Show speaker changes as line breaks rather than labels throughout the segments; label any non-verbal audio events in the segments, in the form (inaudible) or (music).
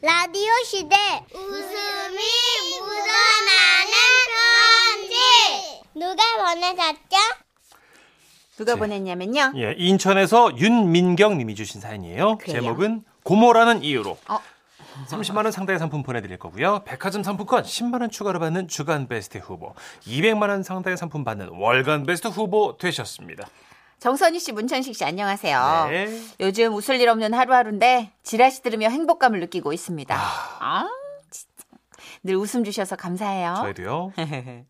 라디오 시대 웃음이 묻어나는 편지 누가 보내셨죠?
누가
네.
보냈냐면요.
예, 인천에서 윤민경 님이 주신 사연이에요.
그래요?
제목은 고모라는 이유로.
어.
30만 원 상당의 상품 보내드릴 거고요. 백화점 상품권 10만 원 추가로 받는 주간 베스트 후보, 200만 원 상당의 상품 받는 월간 베스트 후보 되셨습니다.
정선희 씨, 문천식 씨, 안녕하세요.
네.
요즘 웃을 일 없는 하루하루인데 지라시 들으며 행복감을 느끼고 있습니다. 아, 진짜. 늘 웃음 주셔서 감사해요.
저희도요.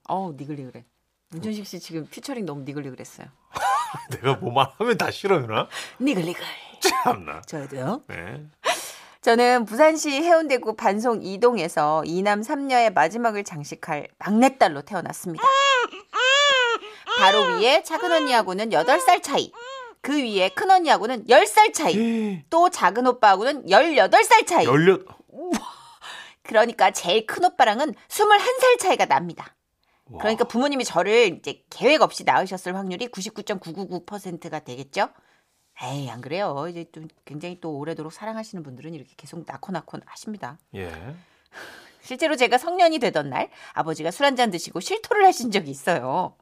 어우, (laughs) 니글니글해. 문천식 씨 지금 퓨처링 너무 니글니글했어요.
내가 뭐만 하면 다 싫어요나?
니글니글.
참나.
저도요.
네.
저는 부산시 해운대구 반송 2동에서 이남 3녀의 마지막을 장식할 막내딸로 태어났습니다. 바로 위에 작은 언니하고는 8살 차이. 그 위에 큰 언니하고는 10살 차이. 또 작은 오빠하고는 18살 차이.
열려.
그러니까 제일 큰 오빠랑은 21살 차이가 납니다.
와.
그러니까 부모님이 저를 이제 계획 없이 낳으셨을 확률이 99.999%가 되겠죠? 에이, 안 그래요. 이제 좀 굉장히 또 오래도록 사랑하시는 분들은 이렇게 계속 낳고 낳고 하십니다.
예.
실제로 제가 성년이 되던 날 아버지가 술 한 잔 드시고 실토를 하신 적이 있어요.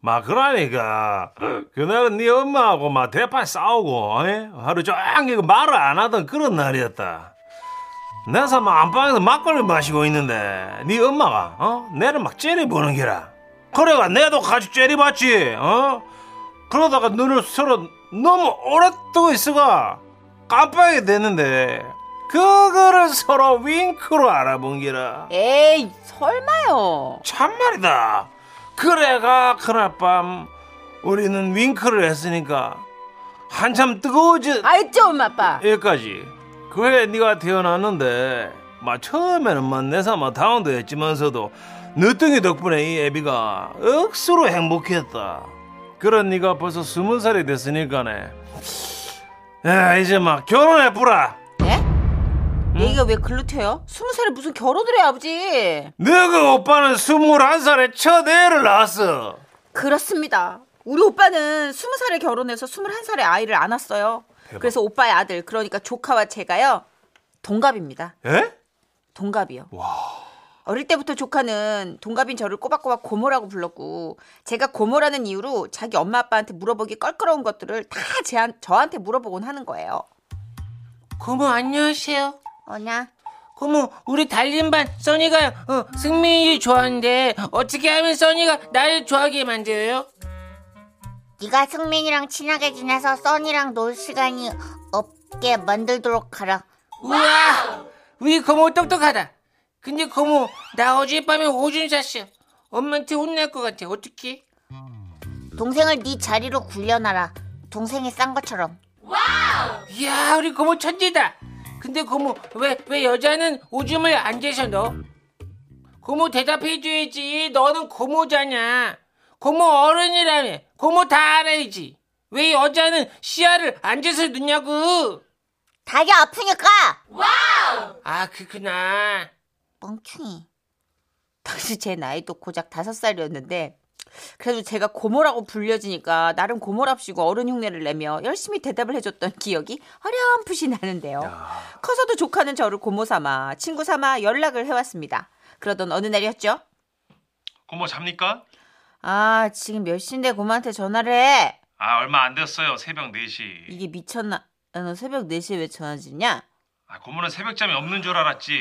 마 그러니까 그날은 네 엄마하고 막 대판 싸우고 예? 하루 종일 말을 안 하던 그런 날이었다. 내가 막 안방에서 막걸리 마시고 있는데 네 엄마가 어? 내를 막 째려보는 게라. 그래가 내도 같이 째려봤지. 어? 그러다가 눈을 서로 너무 오래 뜨고 있어가 깜빡이 됐는데 그거를 서로 윙크로 알아본 게라.
에이 설마요.
참말이다. 그래가 그날 밤 우리는 윙크를 했으니까 한참 뜨거워진
알죠 엄마 아빠.
여기까지. 그해 네가 태어났는데 막 처음에는 막 내사 막 다운됐지만서도 늦둥이 덕분에 이 애비가 억수로 행복했다. 그런 네가 벌써 스무 살이 됐으니까네. 야, 이제 막 결혼해 보라.
예? 얘기가 왜 글루테요? 스무 살에 무슨 결혼을 해 아버지.
너그 오빠는 스물한 살에 첫 애를 낳았어.
그렇습니다. 우리 오빠는 스무 살에 결혼해서 스물한 살에 아이를 안았어요.
대박.
그래서 오빠의 아들 그러니까 조카와 제가요 동갑입니다.
예?
동갑이요. 어릴 때부터 조카는 동갑인 저를 꼬박꼬박 고모라고 불렀고 제가 고모라는 이유로 자기 엄마 아빠한테 물어보기 껄끄러운 것들을 다 제한, 저한테 물어보곤 하는 거예요.
고모 안녕하세요.
뭐냐?
고모 우리 달린반 써니가 어, 승민이 좋아하는데 어떻게 하면 써니가 나를 좋아하게 만들어요?
네가 승민이랑 친하게 지내서 써니랑 놀 시간이 없게 만들도록 하라
우와 우리 고모 똑똑하다. 근데 고모 나 어젯밤에 오줌 쌌어. 엄마한테 혼날 것 같아. 어떻게?
동생을 네 자리로 굴려놔라 동생이 싼 것처럼
이야 우리 고모 천재다. 근데 고모 왜 왜 여자는 오줌을 안 재서 넣어? 고모 대답해줘야지. 너는 고모잖아. 고모 어른이라며. 고모 다 알아야지. 왜 여자는 씨알을 안 재서 넣냐고.
다리 아프니까
아 그렇구나.
멍충이
당시 제 나이도 고작 다섯 살이었는데 그래도 제가 고모라고 불려지니까 나름 고모랍시고 어른 흉내를 내며 열심히 대답을 해줬던 기억이 어렴풋이 나는데요. 커서도 조카는 저를 고모 삼아 친구 삼아 연락을 해왔습니다. 그러던 어느 날이었죠.
고모 뭐 잡니까?
아 지금 몇 시인데 고모한테 전화를 해.
아 얼마 안 됐어요 새벽 4시
이게 미쳤나? 야, 너 새벽 4시에 왜 전화 주냐?
아 고모는 새벽잠이 없는 줄 알았지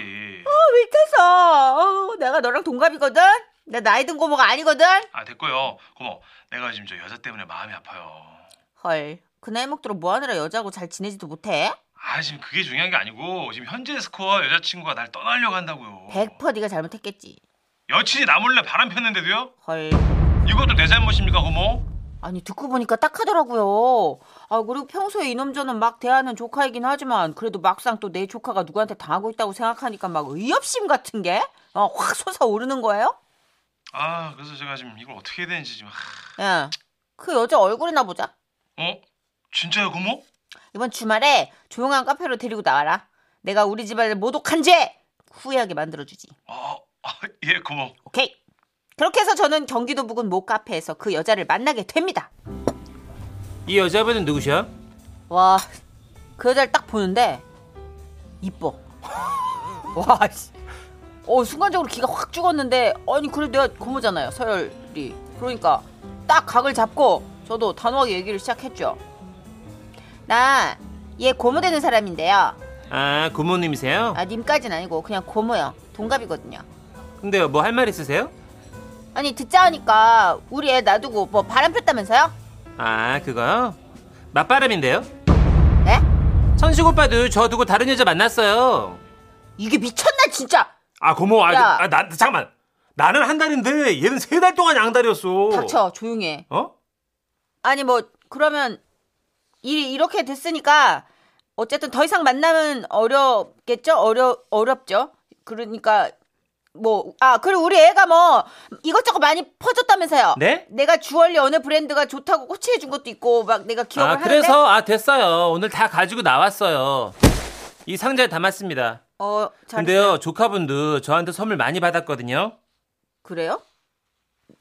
밀타서 어, 내가 너랑 동갑이거든? 나 나이 든 고모가 아니거든?
아 됐고요 고모 내가 지금 저 여자 때문에 마음이 아파요
헐, 그 나이 먹도록 뭐하느라 여자하고 잘 지내지도 못해?
아 지금 그게 중요한 게 아니고 지금 현재 스코어 여자친구가 날 떠나려고 한다고요
100% 네가 잘못했겠지.
여친이 나 몰래 바람 폈는데도요?
헐.
이것도 내 잘못입니까 고모?
아니 듣고 보니까 딱 하더라고요. 아 그리고 평소에 이놈 저놈 막 대하는 조카이긴 하지만 그래도 막상 또 내 조카가 누구한테 당하고 있다고 생각하니까 막 의협심 같은 게 확 솟아오르는 거예요.
아 그래서 제가 지금 이걸 어떻게 해야 되는지 지금 하...
예. 그 여자 얼굴이나 보자.
어? 진짜요 고모?
이번 주말에 조용한 카페로 데리고 나와라. 내가 우리 집안을 모독한 죄 후회하게 만들어주지.
아, 아, 예 고모
오케이. 그렇게 해서 저는 경기도 부근 모 카페에서 그 여자를 만나게 됩니다.
이 여자분은 누구셔?
와, 그 여자를 딱 보는데 이뻐. (laughs) 와, 씨. 어 순간적으로 기가 확 죽었는데 아니 그래 내가 고모잖아요 서열이 그러니까 딱 각을 잡고 저도 단호하게 얘기를 시작했죠. 나 얘 고모 되는 사람인데요.
아 고모님이세요?
아 님까진 아니고 그냥 고모요. 동갑이거든요.
근데 뭐 할 말 있으세요?
아니 듣자 하니까 우리 애 놔두고 뭐 바람 폈다면서요?
아 그거요? 맞바람인데요?
네?
천식 오빠도 저 두고 다른 여자 만났어요
이게 미쳤나 진짜?
아 고모 아,
야.
아, 나, 잠깐만 나는 한 달인데 얘는 세 달 동안 양다리였어
닥쳐 조용해.
어?
아니 뭐 그러면 일이 이렇게 됐으니까 어쨌든 더 이상 만나면 어렵겠죠? 어려 어렵죠? 그러니까 뭐 아 그리고 우리 애가 뭐 이것저것 많이 퍼졌다면서요?
네?
내가 주얼리 어느 브랜드가 좋다고 코치해준 것도 있고 막 내가 기억을
아
하는데
그래서 아 됐어요 오늘 다 가지고 나왔어요 이 상자에 담았습니다
어 잘했어요.
근데요 조카분도 저한테 선물 많이 받았거든요
그래요?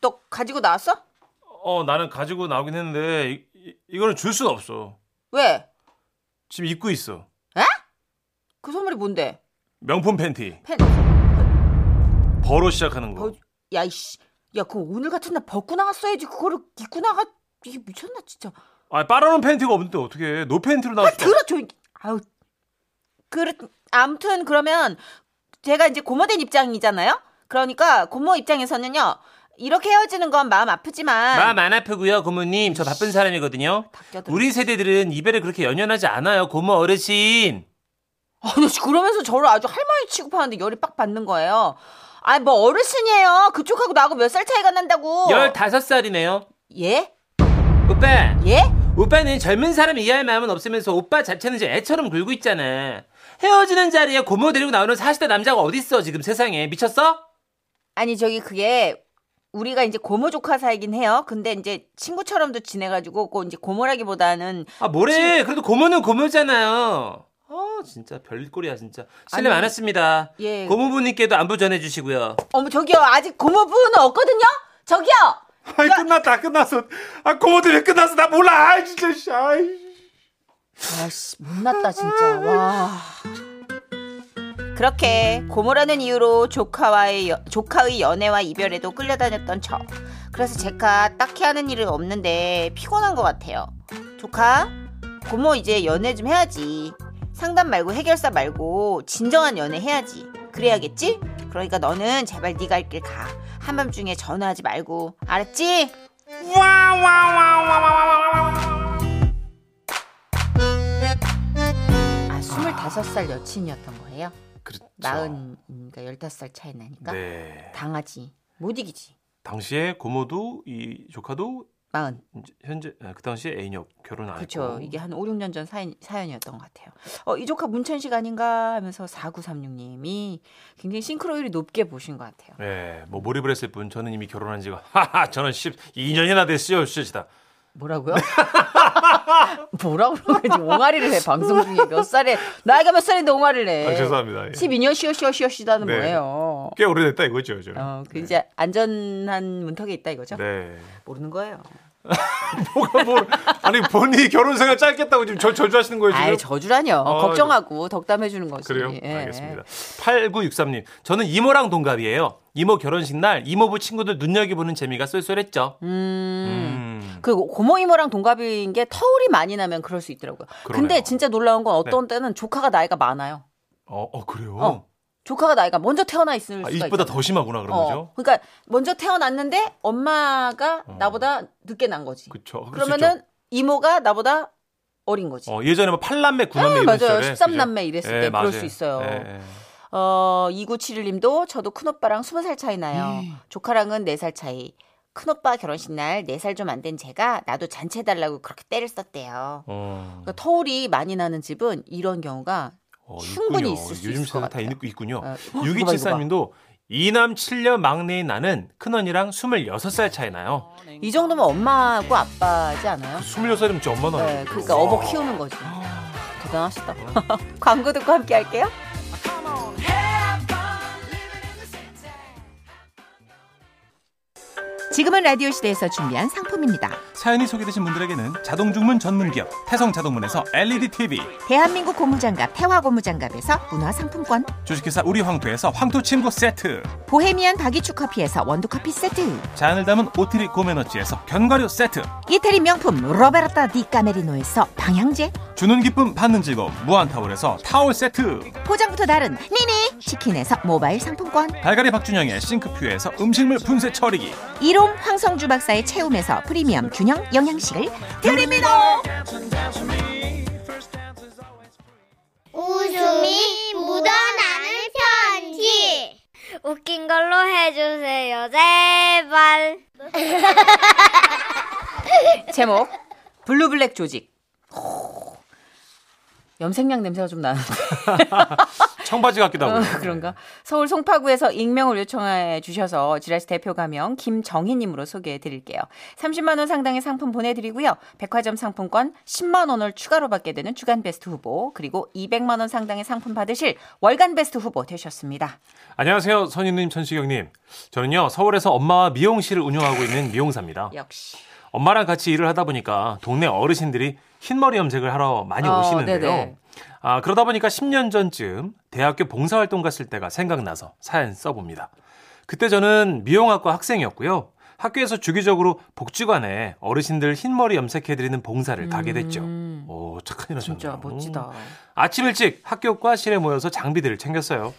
너 가지고 나왔어?
어 나는 가지고 나오긴 했는데 이, 이, 이거는 줄 순 없어
왜?
지금 입고 있어
그 선물이 뭔데?
명품 팬티
펜.
버로 시작하는 거
버- 야 이씨. 야 그거 오늘 같은 날 벗고 나갔어야지 그거를 입고 나가 이게 미쳤나 진짜.
아 빨아놓은 팬티가 없는데 어떻게 노 팬티로
아,
나왔어
들어줘. 아우. 그렇 아무튼 그러면 제가 이제 고모된 입장이잖아요. 그러니까 고모 입장에서는요. 이렇게 헤어지는 건 마음 아프지만
마음 안 아프고요 고모님 저 바쁜 사람이거든요
닥쳐들어.
우리 세대들은 이별에 그렇게 연연하지 않아요 고모 어르신
아니 그러면서 저를 아주 할머니 취급하는데 열이 빡 받는 거예요. 아니 뭐 어르신이에요. 그쪽하고 나하고 몇 살 차이가 난다고.
15살이네요
예?
오빠
예?
오빠는 젊은 사람 이해할 마음은 없으면서 오빠 자체는 이제 애처럼 굴고 있잖아 헤어지는 자리에 고모 데리고 나오는 40대 남자가 어딨어 지금 세상에 미쳤어?
아니 저기 그게 우리가 이제 고모 조카 사이긴 해요. 근데 이제 친구처럼도 지내가지고 꼭 이제 고모라기보다는
아 뭐래 그래도 고모는 고모잖아요 어 진짜 별꼴이야 진짜 실례
아니,
많았습니다
예.
고모부님께도 안부 전해주시고요
어머 저기요 아직 고모부는 없거든요. 저기요.
아이 끝났다 끝났어 아 고모들이 끝났어 나 몰라 아 진짜 씨, 아이
아씨 못났다 진짜 와. 그렇게 고모라는 이유로 조카와의 여- 조카의 연애와 이별에도 끌려다녔던 저. 그래서 제가 딱히 하는 일은 없는데 피곤한 것 같아요. 조카 고모 이제 연애 좀 해야지. 상담 말고 해결사 말고 진정한 연애 해야지. 그래야겠지? 그러니까 너는 제발 네가 할 길 가. 한밤중에 전화하지 말고 알았지? 아, 25살 여친이었던 거예요?
그렇죠
나은 그러니까 15살 차이 나니까
네
당하지. 못 이기지.
당시에 고모도 이 조카도
마흔.
이제 현재 아, 그 당시에 애인역 결혼 안
그렇죠.
했고
이게 한 5, 6년 전 사연, 사연이었던 것 같아요. 어, 이 조카 문천식 아닌가 하면서 4936님이 굉장히 싱크로율이 높게 보신 것 같아요.
예, 뭐 몰입을 했을 뿐 저는 이미 결혼한 지가 (laughs) 하하 저는 12년이나 됐어요 시다
뭐라고요? (laughs) 뭐라고 그러는 거지? 옹알이를 해. 방송 중에 몇 살에. 나이가 몇 살인데 옹알이를 해.
아, 죄송합니다 예.
12년 쉬어 쉬어 쉬어 쉬다는
네.
뭐예요?
꽤 오래됐다 이거죠 저는
어, 그 이제 안전한 문턱에 있다 이거죠?
네 (laughs)
모르는 거예요.
뭐가 뭐 아니 본인이 결혼 생활 짧겠다고 지금 저 저주하시는 거예요 그 지금
아이 저주라뇨.
어,
걱정하고 덕담해 주는 거지.
그래요?
예.
알겠습니다. 8963님, 저는 이모랑 동갑이에요. 이모 결혼식 날 이모부 친구들 눈여겨보는 재미가 쏠쏠했죠. 음.
그리고 고모 이모랑 동갑인 게 터울이 많이 나면 그럴 수 있더라고요.
그러네요. 네.
근데 진짜 놀라운 건 어떤 때는 조카가 나이가 많아요.
어, 어, 그래요?
어, 조카가 나이가 먼저 태어나 있을
아,
수가
이보다
있잖아요.
더 심하구나 그런 거죠?
어, 그러니까 먼저 태어났는데 엄마가 나보다 늦게 난 거지.
어. 그쵸. 그럴 수
그러면은 이모가 나보다 어린 거지.
어, 예전에 뭐 8남매, 9남매
아,
이런
맞아요.
시절에,
13남매
그죠?
이랬을
예,
때 그럴
맞아요.
수 있어요.
예, 예.
어, 2971님도 저도 큰오빠랑 20살 차이 나요. 조카랑은 4살 차이. 큰오빠 결혼식 날 4살 좀 안 된 제가 나도 잔치해달라고 그렇게 때를 썼대요.
어,
그러니까 터울이 많이 나는 집은 이런 경우가
어,
충분히
있군요.
있을 수
요즘
있을 것
세대 다
같아요.
있- 있군요.
어, 이거 봐, 이거 봐.
6274님도 이남 7년 막내인 나는 큰언니랑 26살 차이 나요.
이 정도면 엄마하고 아빠지 않아요?
26살이면 진짜 엄마 나요.
네, 그러니까 어버 키우는 거지.
(laughs)
대단하시다. 광고 듣고 함께 할게요.
지금은 라디오 시대에서 준비한 상품입니다.
사연이 소개되신 분들에게는 자동 주문 전문 기업 태성 자동문에서 LED TV,
대한민국 고무장갑, 태화 고무장갑에서 문화상품권,
주식회사 우리 황토에서 황토 침구 세트,
보헤미안 다기축 커피에서 원두커피 세트,
잔을 담은 오트리 고메너치에서 견과류 세트,
이태리 명품 로베르타 디 까메리노에서 방향제,
주는 기쁨 받는 즐거움 무한타올에서 타올 세트,
포장부터 다른 니니 치킨에서 모바일 상품권,
달걀이 박준영의 싱크퓨에서 음식물 분쇄 처리기,
이롬 황성주 박사의 채움에서 프리미엄 균형 영양식을 드립니다.
웃음이 묻어나는 편지. 웃긴 걸로 해주세요, 제발.
제목 블루블랙 조직. 오, 염색약 냄새가 좀 나는데
청바지 같기도 하고.
(laughs) 그런가? 서울 송파구에서 익명을 요청해 주셔서 지라시 대표 가명 김정희님으로 소개해 드릴게요. 30만 원 상당의 상품 보내드리고요. 백화점 상품권 10만 원을 추가로 받게 되는 주간 베스트 후보 그리고 200만 원 상당의 상품 받으실 월간 베스트 후보 되셨습니다.
안녕하세요, 선희님, 천식영님. 저는요, 서울에서 엄마와 미용실을 운영하고 있는 미용사입니다.
역시.
엄마랑 같이 일을 하다 보니까 동네 어르신들이 흰머리 염색을 하러 많이
어, 네네.
오시는데요. 아, 그러다 보니까 10년 전쯤 대학교 봉사활동 갔을 때가 생각나서 사연 써봅니다. 그때 저는 미용학과 학생이었고요. 학교에서 주기적으로 복지관에 어르신들 흰머리 염색해드리는 봉사를 가게 됐죠. 오, 착한 일 하셨네요.
음. 진짜 멋지다.
아침 일찍 학교 과실에 모여서 장비들을 챙겼어요.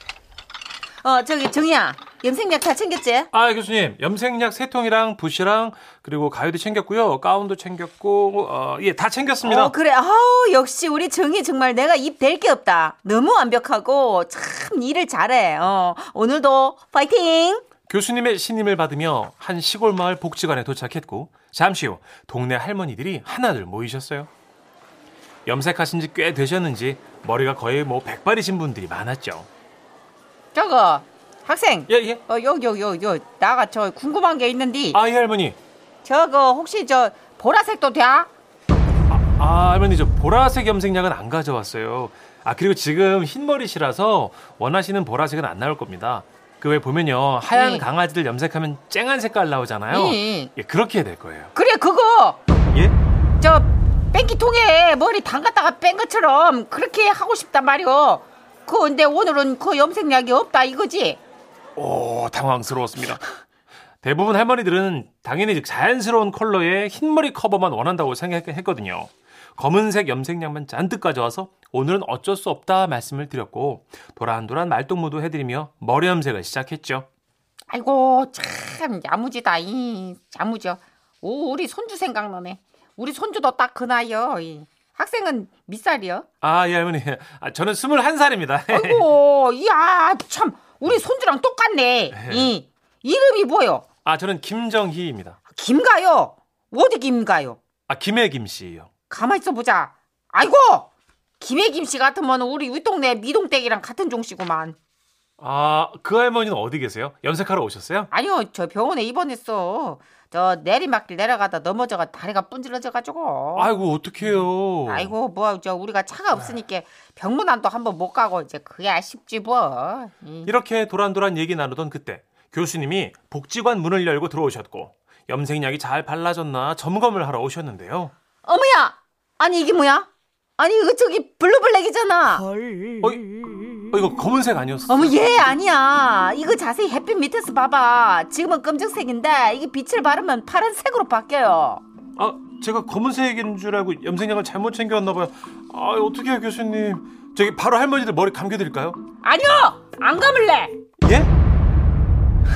어 저기 정희야 염색약 다 챙겼지?
아, 교수님. 염색약 세통이랑 붓이랑 그리고 가위도 챙겼고요. 가운도 챙겼고 어, 예, 다 챙겼습니다.
어, 그래. 아우, 역시 우리 정희 정말 내가 입 댈 게 없다. 너무 완벽하고 참 일을 잘해. 어, 오늘도 파이팅!
교수님의 신임을 받으며 한 시골 마을 복지관에 도착했고 잠시 후 동네 할머니들이 하나둘 모이셨어요. 염색하신 지 꽤 되셨는지 머리가 거의 뭐 백발이신 분들이 많았죠.
저거, 학생.
예, 예.
어, 요, 요, 요, 요. 나가 저 궁금한 게 있는데.
아, 예, 할머니.
저거 혹시 저 보라색도 돼?
아, 할머니 저 보라색 염색약은 안 가져왔어요. 아, 그리고 지금 흰머리시라서 원하시는 보라색은 안 나올 겁니다. 그 외 보면요. 하얀
예.
강아지들 염색하면 쨍한 색깔 나오잖아요.
예.
예, 그렇게 해야 될 거예요.
그래, 그거.
예?
저 뺑기통에 머리 담갔다가 뺀 것처럼 그렇게 하고 싶단 말이오. 그 근데 오늘은 그 염색약이 없다 이거지?
오 당황스러웠습니다. 대부분 할머니들은 당연히 즉 자연스러운 컬러의 흰머리 커버만 원한다고 생각했거든요. 검은색 염색약만 잔뜩 가져와서 오늘은 어쩔 수 없다 말씀을 드렸고 도란도란 말동무도 해드리며 머리 염색을 시작했죠.
아이고 참 야무지다 이 야무져 오 우리 손주 생각나네 우리 손주도 딱 그 나이요 이. 학생은 밑살이요
아, 예, 할머니. 아, 저는 21살입니다.
아이고 이야 참 우리 손주랑 똑같네 이 이름이 뭐요
아, 저는 김정희입니다.
김가요 어디 김가요
아, 김혜 김씨예요.
가만 있어 보자 아이고 김혜김 씨 같으면 우리 윗동네 미동댁이랑 같은 종씨구만
아, 그 할머니는 어디 계세요? 염색하러 오셨어요?
아니요 저 병원에 입원했어 저 내리막길 내려가다 넘어져가 다리가 분질러져가지고
아이고, 어떡해요.
아이고 뭐 저 우리가 차가 없으니까 병문안도 한번 못 가고 이제 그게 아쉽지 뭐. 음.
이렇게 도란도란 얘기 나누던 그때 교수님이 복지관 문을 열고 들어오셨고 염색약이 잘 발라졌나 점검을 하러 오셨는데요.
어머야, 아니 이게 뭐야? 아니 이거 저기 블루블랙이잖아.
어, 이- 어, 이거 검은색 아니었어?
어머 얘 아니야. 이거 자세히 햇빛 밑에서 봐봐. 지금은 검정색인데 이게 빛을 바르면 파란색으로 바뀌어요.
아, 제가 검은색인 줄 알고 염색약을 잘못 챙겨왔나 봐요. 아, 어떻게 해요, 교수님? 저기 바로 할머니들 머리 감겨드릴까요?
아니요, 안 감을래.
예?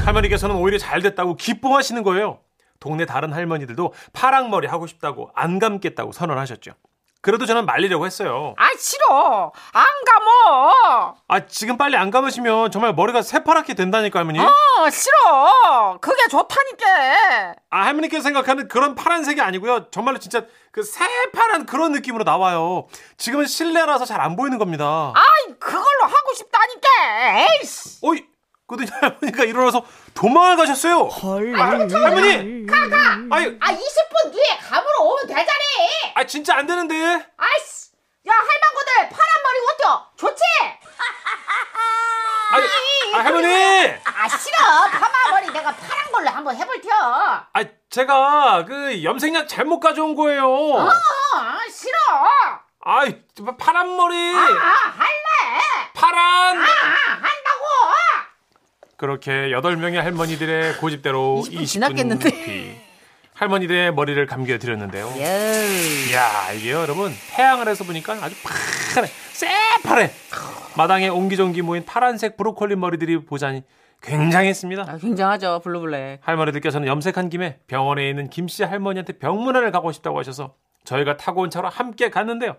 할머니께서는 오히려 잘 됐다고 기뻐하시는 거예요. 동네 다른 할머니들도 파랑머리 하고 싶다고 안 감겠다고 선언하셨죠. 그래도 저는 말리려고 했어요.
아 싫어, 안 뭐. 감어.
아, 지금 빨리 안 감으시면 정말 머리가 새파랗게 된다니까, 할머니.
어 싫어. 그게 좋다니까.
아, 할머니께서 생각하는 그런 파란색이 아니고요. 정말로 진짜 그 새파란 그런 느낌으로 나와요. 지금은 실내라서 잘 안 보이는 겁니다.
아이 그걸로 하고 싶다니까. 에이씨.
어이, 그러더니 할머니가 일어나서 도망을 가셨어요. 할머니! 아유,
아 20분 뒤에 감으로 오면 되잖아.
아, 진짜 안 되는데.
아이씨, 야 할망구들 파란 머리 어때? 좋지?
아유, 아, 할머니!
아
아 싫어 파마머리 내가 파란 걸로 한번 해볼 테요 어,
아, 제가 그 염색약 잘못 가져온 거예요.
어, 싫어
아, 파란 머리.
아 할래
파란.
아 한다고
그렇게 여덟 명의 할머니들의 고집대로
20분
20분
지났겠는데.
뒤 할머니들의 머리를 감겨 드렸는데요.
예.
이야, 이게 여러분 태양 을해서 보니까 아주 파래, 새파래. 마당에 옹기종기 모인 파란색 브로콜리 머리들이 보자니 굉장했습니다.
아, 굉장하죠 블루블랙.
할머니들께서는 염색한 김에 병원에 있는 김씨 할머니한테 병문안을 가고 싶다고 하셔서 저희가 타고 온 차로 함께 갔는데요.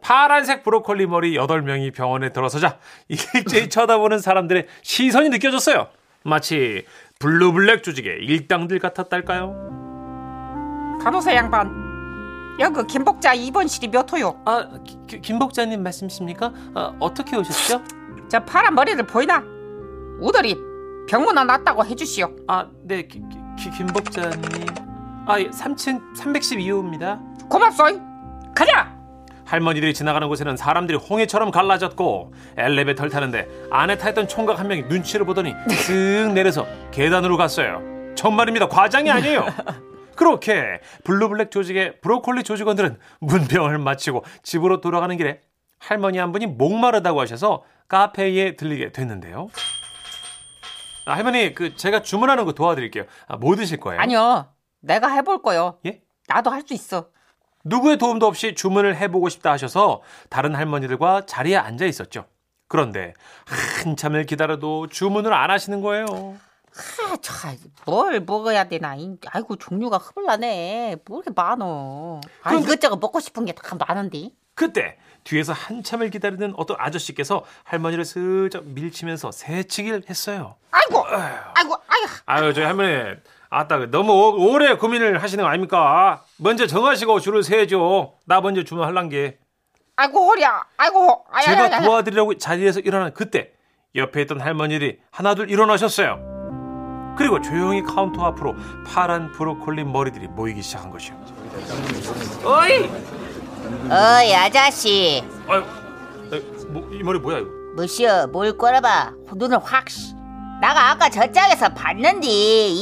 파란색 브로콜리 머리 8명이 병원에 들어서자 (laughs) 일제히 쳐다보는 사람들의 시선이 느껴졌어요. 마치 블루블랙 조직의 일당들 같았달까요?
간호사 양반. 여기 김복자 입원실이 몇 호요?
아, 김 복자님 말씀이십니까? 아, 어떻게 오셨죠?
저 파란 머리를 보이나? 우들이 병문안 났다고 해주시오.
아, 네, 김 복자님. 아, 3층 312호입니다.
고맙소이. 가자.
할머니들이 지나가는 곳에는 사람들이 홍해처럼 갈라졌고 엘리베이터를 타는데 안에 타 있던 총각 한 명이 눈치를 보더니 슥 내려서 계단으로 갔어요. 정말입니다. 과장이
(laughs)
아니에요. 그렇게 블루블랙 조직의 브로콜리 조직원들은 문병을 마치고 집으로 돌아가는 길에 할머니 한 분이 목마르다고 하셔서 카페에 들리게 됐는데요. 아, 할머니 그 제가 주문하는 거 도와드릴게요. 아, 뭐 드실 거예요?
아니요 내가 해볼 거요.
예?
나도 할 수 있어.
누구의 도움도 없이 주문을 해보고 싶다 하셔서 다른 할머니들과 자리에 앉아 있었죠. 그런데 한참을 기다려도 주문을 안 하시는 거예요.
아뭘 먹어야 되나? 이- 아이고 종류가 흐물나네. 뭐 이렇게 많어. 아
그럼-
이것저것 먹고 싶은 게 다 많은데.
그때 뒤에서 한참을 기다리는 어떤 아저씨께서 할머니를 슬쩍 밀치면서 새치기를 했어요.
아이고. 아이고. 아이고.
아유 저희 할머니 아따 너무 오- 오래 고민을 하시는 거 아닙니까? 먼저 정하시고 줄을 세죠. 나 먼저 주문할란 게.
아이고 허리야. 아이고. 아야, 아야,
제가
아야.
도와드리려고 자리에서 일어난 그때 옆에 있던 할머니들이 하나둘 일어나셨어요. 그리고 조용히 카운터 앞으로 파란 브로콜리 머리들이 모이기 시작한 것이요.
어이
어이 아저씨
아유, 아유, 뭐, 이 머리 뭐야 이거?
무시여 뭘 꼬라봐 눈을 확 씨. 나가 아까 저짝에서 봤는디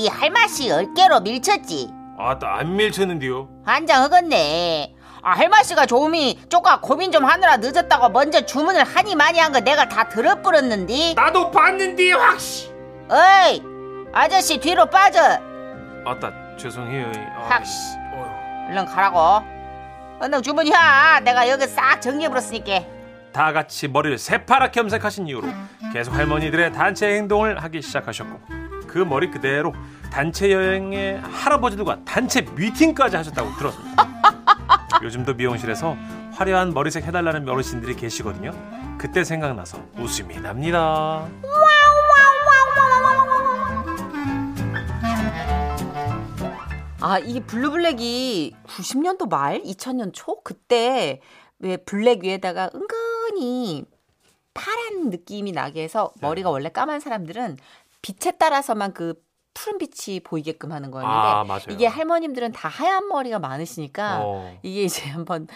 이 할맛이 어깨로 밀쳤지
아따 안 밀쳤는데요.
한장 흑었네 아 할맛이가 조미 쪼까 고민 좀 하느라 늦었다고 먼저 주문을 하니 많이 한 거 내가 다 들어버렸는디
나도 봤는데 확시
어이 아저씨 뒤로 빠져
아따 죄송해요. 아,
확씨
어휴.
얼른 가라고 얼른 주문이야 내가 여기 싹 정리해버렸으니까
다 같이 머리를 새파랗게 염색하신 이후로 계속 할머니들의 단체 행동을 하기 시작하셨고 그 머리 그대로 단체 여행에 할아버지들과 단체 미팅까지 하셨다고
(laughs)
들었습니다. 요즘도 미용실에서 화려한 머리색 해달라는 어르신들이 계시거든요. 그때 생각나서 웃음이 납니다.
아, 이게 블루블랙이 90년도 말, 2000년 초 그때 왜 블랙 위에다가 은근히 파란 느낌이 나게 해서
네.
머리가 원래 까만 사람들은 빛에 따라서만 그 푸른 빛이 보이게끔 하는 거였는데
아, 맞아요.
이게 할머님들은 다 하얀 머리가 많으시니까
어.
이게 이제 한번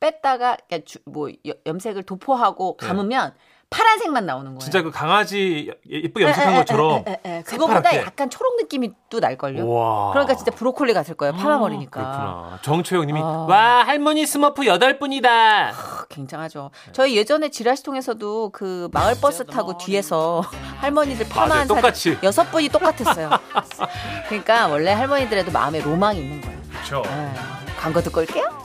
뺐다가 그러니까 주- 뭐 여- 염색을 도포하고
네.
감으면 파란색만 나오는 거예요.
진짜 그 강아지 예쁘게 염색한 것처럼
에, 에, 에, 에. 그거보다
새파랗게.
약간 초록 느낌이 또 날 걸요.
와. 아,
그러니까 진짜 브로콜리 같을 거예요. 파마머리니까.
그렇구나. 정초영님이
아.
와 할머니 스머프 여덟 분이다.
크, 굉장하죠.
네.
저희 예전에 지라시통에서도 그 마을 버스 타고 뒤에서 (laughs) 할머니들 파마한
맞아요. 똑같이.
사진 여섯 분이
(laughs)
똑같았어요. 그러니까 원래 할머니들에도 마음에 로망이 있는 거예요.
그렇죠.
네. 광고 듣고 올게요.